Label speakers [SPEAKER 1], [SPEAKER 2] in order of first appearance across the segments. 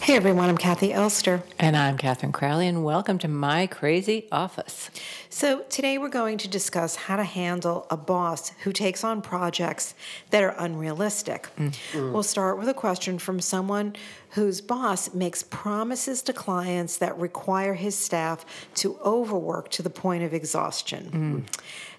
[SPEAKER 1] Hey everyone, I'm Kathy Elster.
[SPEAKER 2] And I'm Catherine Crowley, and welcome to my crazy office.
[SPEAKER 1] So, today we're going to discuss how to handle a boss who takes on projects that are unrealistic. We'll start with a question from someone whose boss makes promises to clients that require his staff to overwork to the point of exhaustion.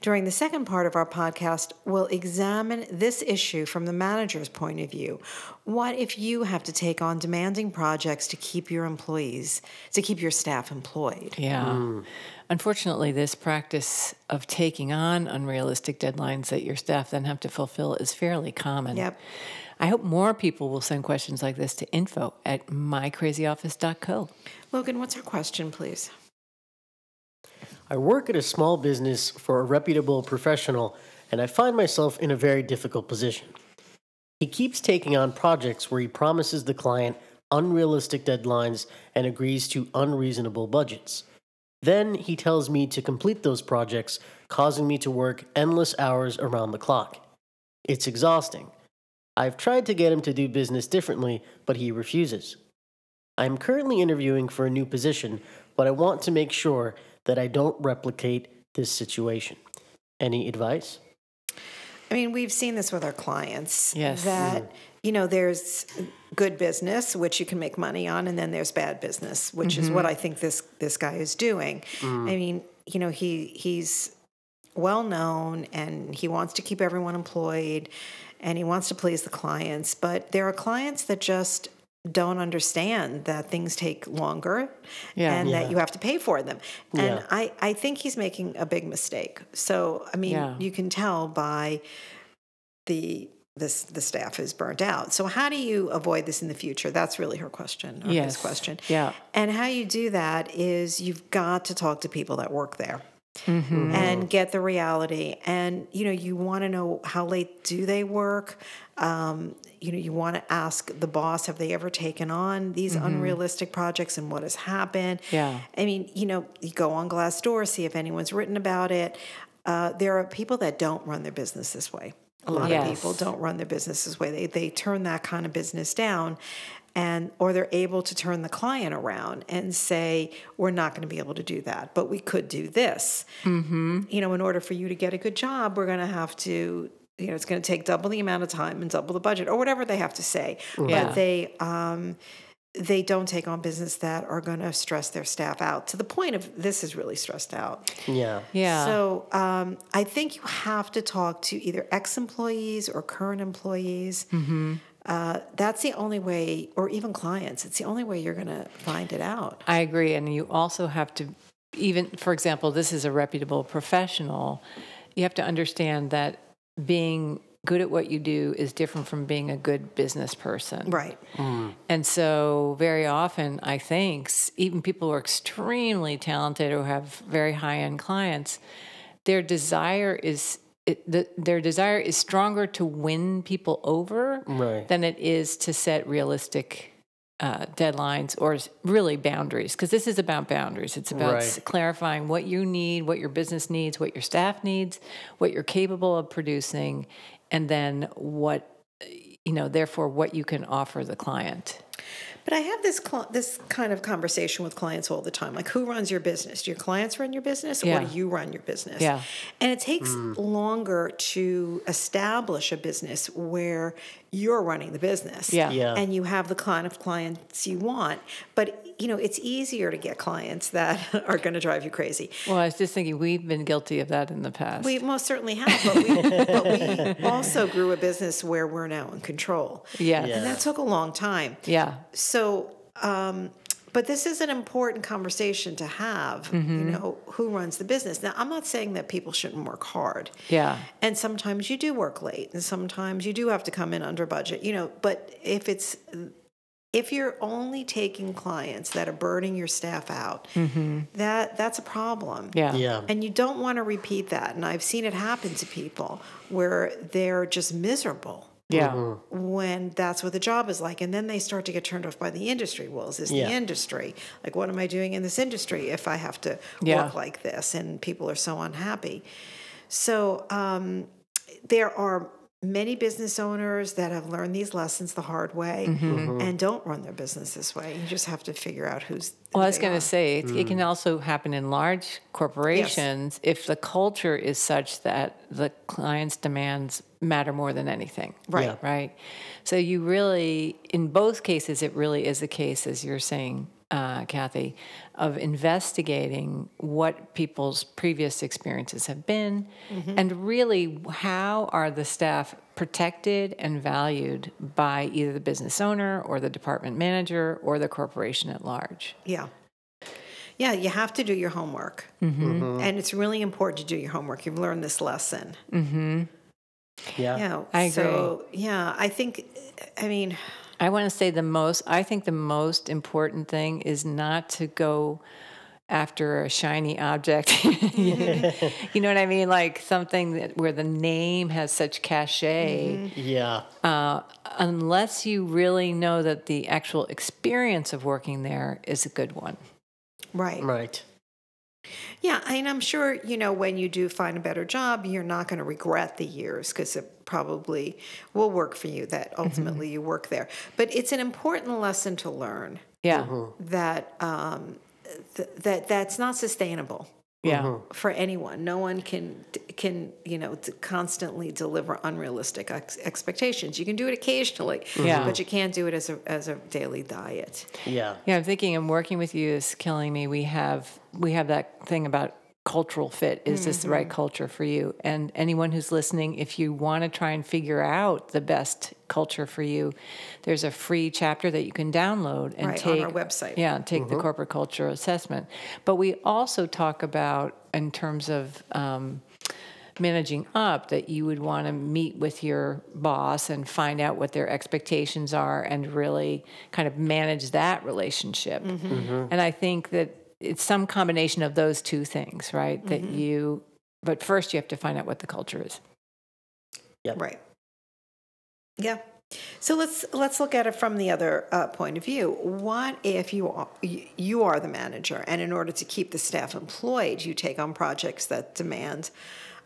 [SPEAKER 1] During the second part of our podcast, we'll examine this issue from the manager's point of view. What if you have to take on demanding projects to keep your employees, to keep your staff employed?
[SPEAKER 2] Yeah. Um, Unfortunately, this practice of taking on unrealistic deadlines that your staff then have to fulfill is fairly common.
[SPEAKER 1] Yep.
[SPEAKER 2] I hope more people will send questions like this to info at mycrazyoffice.co.
[SPEAKER 1] Logan, what's our question, please?
[SPEAKER 3] I work at a small business for a reputable professional, and I find myself in a very difficult position. He keeps taking on projects where he promises the client unrealistic deadlines and agrees to unreasonable budgets. Then he tells me to complete those projects, causing me to work endless hours around the clock. It's exhausting. I've tried to get him to do business differently, but he refuses. I am currently interviewing for a new position, but I want to make sure that I don't replicate this situation. Any advice?
[SPEAKER 1] I mean, we've seen this with our clients.
[SPEAKER 2] Yes.
[SPEAKER 1] That, you know, there's good business, which you can make money on, and then there's bad business, which is
[SPEAKER 2] Mm-hmm.
[SPEAKER 1] what I think this this guy is doing.
[SPEAKER 2] Mm.
[SPEAKER 1] I mean, you know, he he's well known and he wants to keep everyone employed and he wants to please the clients, but there are clients that just don't understand that things take longer
[SPEAKER 2] Yeah.
[SPEAKER 1] and that you have to pay for them. And
[SPEAKER 3] Yeah.
[SPEAKER 1] I, I think he's making a big mistake. So, I mean,
[SPEAKER 2] Yeah.
[SPEAKER 1] you can tell by the this the staff is burnt out. So how do you avoid this in the future? That's really her question or his
[SPEAKER 2] Yes.
[SPEAKER 1] question.
[SPEAKER 2] Yeah.
[SPEAKER 1] And how you do that is you've got to talk to people that work there
[SPEAKER 2] Mm-hmm.
[SPEAKER 1] and get the reality. And you know, you want to know how late do they work. Um, you know, you want to ask the boss, have they ever taken on these unrealistic projects and what has happened?
[SPEAKER 2] Mm-hmm. Yeah.
[SPEAKER 1] I mean, you know, you go on Glassdoor, see if anyone's written about it. Uh, there are people that don't run their business this way. A lot
[SPEAKER 2] Yes.
[SPEAKER 1] of people don't run their business this way. They they turn that kind of business down, and or they're able to turn the client around and say, "We're not going to be able to do that, but we could do this."
[SPEAKER 2] Mm-hmm.
[SPEAKER 1] You know, in order for you to get a good job, we're going to have to. You know, it's going to take double the amount of time and double the budget, or whatever they have to say.
[SPEAKER 2] Yeah.
[SPEAKER 1] But they um, they don't take on business that are going to stress their staff out to the point of this is really stressed out.
[SPEAKER 3] Yeah.
[SPEAKER 2] Yeah.
[SPEAKER 1] So um, I think you have to talk to either ex employees or current employees. Uh, that's the only way, or even clients. It's the only way you're going to find it out.
[SPEAKER 2] I agree. And you also have to, even for example, this is a reputable professional. You have to understand that being good at what you do is different from being a good business person.
[SPEAKER 1] Right.
[SPEAKER 2] And so, very often, I think s- even people who are extremely talented or have very high end clients, their desire is. It, the, their desire is stronger to win people over
[SPEAKER 3] Right.
[SPEAKER 2] than it is to set realistic uh, deadlines or s- really boundaries. Because this is about boundaries. It's about s-
[SPEAKER 3] Right.
[SPEAKER 2] clarifying what you need, what your business needs, what your staff needs, what you're capable of producing, and then what you know, therefore, what you can offer the client.
[SPEAKER 1] But I have this cl- this kind of conversation with clients all the time. Like, who runs your business? Do your clients run your business, or
[SPEAKER 2] Yeah.
[SPEAKER 1] do you run your business?
[SPEAKER 2] Yeah.
[SPEAKER 1] And it takes longer to establish a business where you're running the business.
[SPEAKER 2] Yeah.
[SPEAKER 3] Yeah.
[SPEAKER 1] And you have the kind of clients you want. But you know, it's easier to get clients that are going to drive you crazy.
[SPEAKER 2] Well, I was just thinking we've been guilty of that in the past.
[SPEAKER 1] We most certainly have, but we, but we also grew a business where we're now in control.
[SPEAKER 2] yes.
[SPEAKER 1] And
[SPEAKER 2] yeah.
[SPEAKER 1] that took a long time.
[SPEAKER 2] Yeah.
[SPEAKER 1] So, um, but this is an important conversation to have. You know, who runs the business? Now, I'm not saying that people shouldn't work hard.
[SPEAKER 2] Yeah.
[SPEAKER 1] And sometimes you do work late, and sometimes you do have to come in under budget. You know, but if it's if you're only taking clients that are burning your staff out, that that's a problem.
[SPEAKER 2] Yeah.
[SPEAKER 3] Yeah.
[SPEAKER 1] And you don't want to repeat that. And I've seen it happen to people where they're just miserable
[SPEAKER 2] Yeah.
[SPEAKER 1] when that's what the job is like. And then they start to get turned off by the industry. Well, is this
[SPEAKER 3] Yeah.
[SPEAKER 1] the industry? Like, what am I doing in this industry if I have to
[SPEAKER 2] Yeah.
[SPEAKER 1] work like this? And people are so unhappy. So um, there are many business owners that have learned these lessons the hard way
[SPEAKER 2] Mm-hmm.
[SPEAKER 1] and don't run their business this way. You just have to figure out who's.
[SPEAKER 2] Well, I was
[SPEAKER 1] they
[SPEAKER 2] going
[SPEAKER 1] are.
[SPEAKER 2] to say it, it can also happen in large corporations if the culture is such that the client's demands matter more than anything.
[SPEAKER 1] Right.
[SPEAKER 3] Yeah.
[SPEAKER 2] Right. So you really, in both cases, it really is a case, as you're saying, uh, Kathy, of investigating what people's previous experiences have been,
[SPEAKER 1] Mm-hmm.
[SPEAKER 2] and really how are the staff protected and valued by either the business owner or the department manager or the corporation at large.
[SPEAKER 1] Yeah. Yeah, you have to do your homework.
[SPEAKER 2] Mm-hmm.
[SPEAKER 1] And it's really important to do your homework. You've learned this lesson.
[SPEAKER 3] Yeah.
[SPEAKER 1] Yeah,
[SPEAKER 2] I
[SPEAKER 1] So, yeah, I think, I mean,
[SPEAKER 2] I want to say the most, I think the most important thing is not to go after a shiny object. you know what I mean? Like something that, where the name has such cachet,
[SPEAKER 3] Mm-hmm. Yeah.
[SPEAKER 2] uh, unless you really know that the actual experience of working there is a good one.
[SPEAKER 1] right.
[SPEAKER 3] Right.
[SPEAKER 1] Yeah, and I'm sure, you know, when you do find a better job, you're not going to regret the years because it probably will work for you that
[SPEAKER 2] Mm-hmm.
[SPEAKER 1] ultimately you work there. But it's an important lesson to learn
[SPEAKER 2] Yeah.
[SPEAKER 1] that um, th- that that's not sustainable.
[SPEAKER 2] Yeah.
[SPEAKER 1] for anyone. No one can can you know t- constantly deliver unrealistic ex- expectations. You can do it occasionally,
[SPEAKER 2] Yeah.
[SPEAKER 1] but you can't do it as a as a daily diet.
[SPEAKER 3] Yeah.
[SPEAKER 2] Yeah, I'm thinking and working with you is killing me. We have we have that thing about cultural fit. Is this the right
[SPEAKER 1] Mm-hmm.
[SPEAKER 2] culture for you? And anyone who's listening, if you want to try and figure out the best culture for you, there's a free chapter that you can download and
[SPEAKER 1] Right, on
[SPEAKER 2] take
[SPEAKER 1] our website.
[SPEAKER 2] Yeah, take the corporate culture assessment. But we also talk about in terms of um, managing up that you would want to meet with your boss and find out what their expectations are and really kind of manage that relationship. And I think that it's some combination of those two things, right? That you, but first you have to find out what the culture is.
[SPEAKER 1] Right. Yeah. So let's let's look at it from the other uh, point of view. What if you are, you are the manager, and in order to keep the staff employed, you take on projects that demand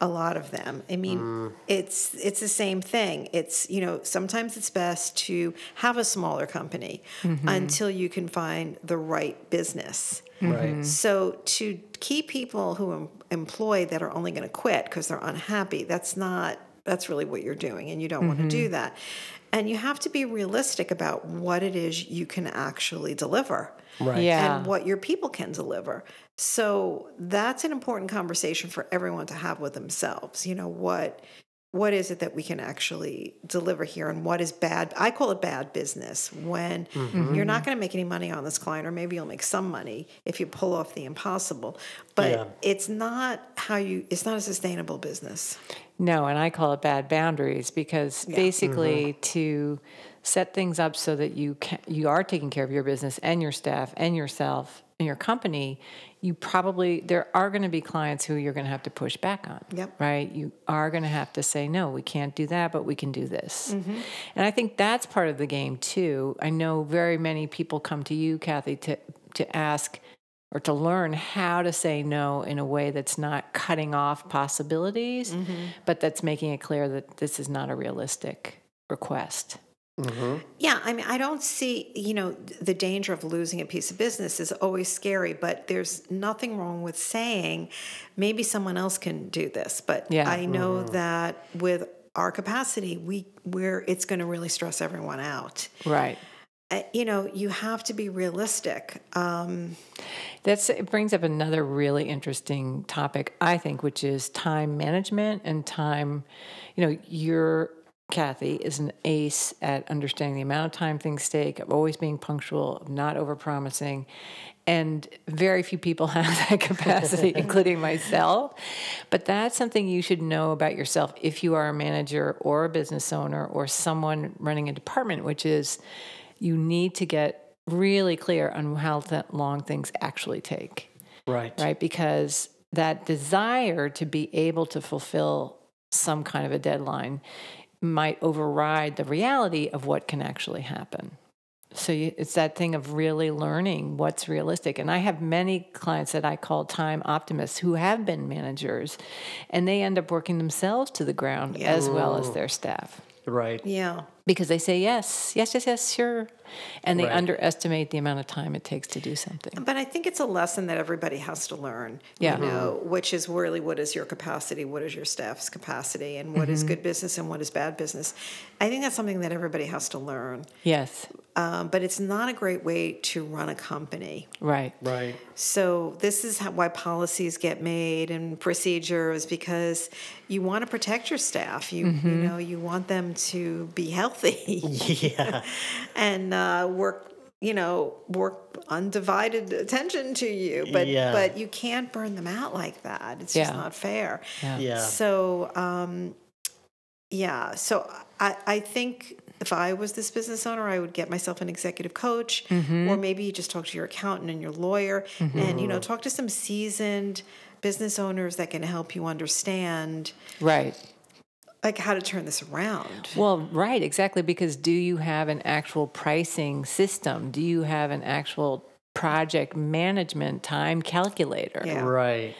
[SPEAKER 1] a lot of them. I mean, it's it's the same thing. It's you know sometimes it's best to have a smaller company until you can find the right business.
[SPEAKER 3] Right.
[SPEAKER 1] So to keep people who em- employ that are only going to quit because they're unhappy, that's not that's really what you're doing and you don't want to do that. And you have to be realistic about what it is you can actually deliver
[SPEAKER 3] Right.
[SPEAKER 2] Yeah.
[SPEAKER 1] and what your people can deliver. So that's an important conversation for everyone to have with themselves. You know, what what is it that we can actually deliver here and what is bad I call it bad business when
[SPEAKER 3] Mm-hmm.
[SPEAKER 1] you're not going to make any money on this client or maybe you'll make some money if you pull off the impossible. But
[SPEAKER 3] Yeah.
[SPEAKER 1] it's not how you it's not a sustainable business.
[SPEAKER 2] No, and I call it bad boundaries because basically to set things up so that you can, you are taking care of your business and your staff and yourself and your company, you probably there are going to be clients who you're going to have to push back on.
[SPEAKER 1] Yep.
[SPEAKER 2] Right? You are going to have to say no, we can't do that, but we can do this. And I think that's part of the game too. I know very many people come to you, Kathy, to to ask or to learn how to say no in a way that's not cutting off possibilities, but that's making it clear that this is not a realistic request.
[SPEAKER 1] Yeah, I mean, I don't see, you know, the danger of losing a piece of business is always scary, but there's nothing wrong with saying maybe someone else can do this. But
[SPEAKER 2] Yeah.
[SPEAKER 1] I know that with our capacity, we we're it's going to really stress everyone out.
[SPEAKER 2] Right.
[SPEAKER 1] Uh, you know, you have to be realistic. Um,
[SPEAKER 2] That's it brings up another really interesting topic, I think, which is time management and time. You know, your Kathy is an ace at understanding the amount of time things take, of always being punctual, of not overpromising, and very few people have that capacity, including myself. But that's something you should know about yourself if you are a manager or a business owner or someone running a department, which is you need to get really clear on how th- long things actually take
[SPEAKER 3] Right.
[SPEAKER 2] right? Because that desire to be able to fulfill some kind of a deadline might override the reality of what can actually happen. So you, it's that thing of really learning what's realistic. And I have many clients that I call time optimists who have been managers and they end up working themselves to the ground as well as their staff
[SPEAKER 3] Right.
[SPEAKER 1] Yeah.
[SPEAKER 2] because they say yes, yes, yes, yes, sure. And they
[SPEAKER 3] Right. Um,
[SPEAKER 2] underestimate the amount of time it takes to do something.
[SPEAKER 1] But I think it's a lesson that everybody has to learn.
[SPEAKER 2] Yeah.
[SPEAKER 1] You know, which is really what is your capacity, what is your staff's capacity, and what is good business and what is bad business. I think that's something that everybody has to learn.
[SPEAKER 2] Yes,
[SPEAKER 1] Um, but it's not a great way to run a company.
[SPEAKER 2] right.
[SPEAKER 3] Right.
[SPEAKER 1] So this is how, why policies get made and procedures because you want to protect your staff. You you know you want them to be healthy
[SPEAKER 3] Yeah.
[SPEAKER 1] and uh, work you know work undivided attention to you but
[SPEAKER 3] Yeah.
[SPEAKER 1] but you can't burn them out like that it's just
[SPEAKER 2] Yeah.
[SPEAKER 1] not fair
[SPEAKER 3] Yeah.
[SPEAKER 1] so um yeah so i i think if i was this business owner i would get myself an executive coach or maybe you just talk to your accountant and your lawyer and you know talk to some seasoned business owners that can help you understand
[SPEAKER 2] Right.
[SPEAKER 1] like how to turn this around
[SPEAKER 2] Well, right, exactly. Because do you have an actual pricing system? Do you have an actual project management time calculator?
[SPEAKER 1] Yeah.
[SPEAKER 3] Right.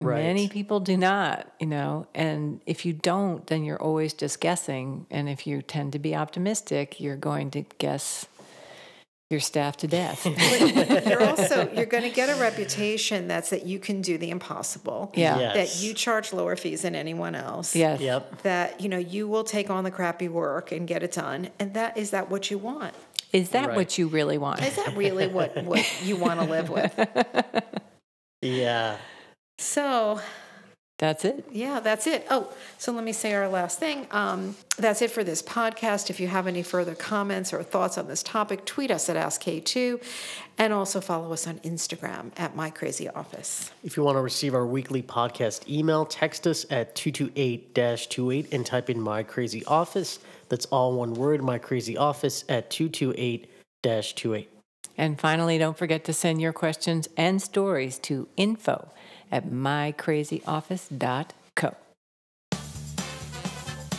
[SPEAKER 3] Right.
[SPEAKER 2] Many people do not, you know. And if you don't, then you're always just guessing. And if you tend to be optimistic, you're going to guess your staff to death.
[SPEAKER 1] you're also you're going to get a reputation that's that you can do the impossible
[SPEAKER 2] yeah.
[SPEAKER 3] Yeah.
[SPEAKER 1] that you charge lower fees than anyone else
[SPEAKER 2] Yes.
[SPEAKER 3] Yep.
[SPEAKER 1] that you know you will take on the crappy work and get it done and that is that what you want
[SPEAKER 2] Is that
[SPEAKER 3] Right.
[SPEAKER 2] what you really want?
[SPEAKER 1] is that really what what you want to live with
[SPEAKER 3] Yeah.
[SPEAKER 1] so
[SPEAKER 2] That's it.
[SPEAKER 1] yeah that's it oh so let me say our last thing um, that's it for this podcast if you have any further comments or thoughts on this topic tweet us at ask2 and also follow us on instagram at my crazy office
[SPEAKER 3] If you want to receive our weekly podcast email, text us at 228 28 and type in my crazy office. That's all one word, my crazy office at 228 28.
[SPEAKER 2] And finally, don't forget to send your questions and stories to info at mycrazyoffice.co.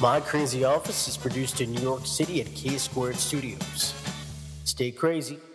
[SPEAKER 3] My Crazy Office is produced in New York City at K Squared Studios. Stay crazy.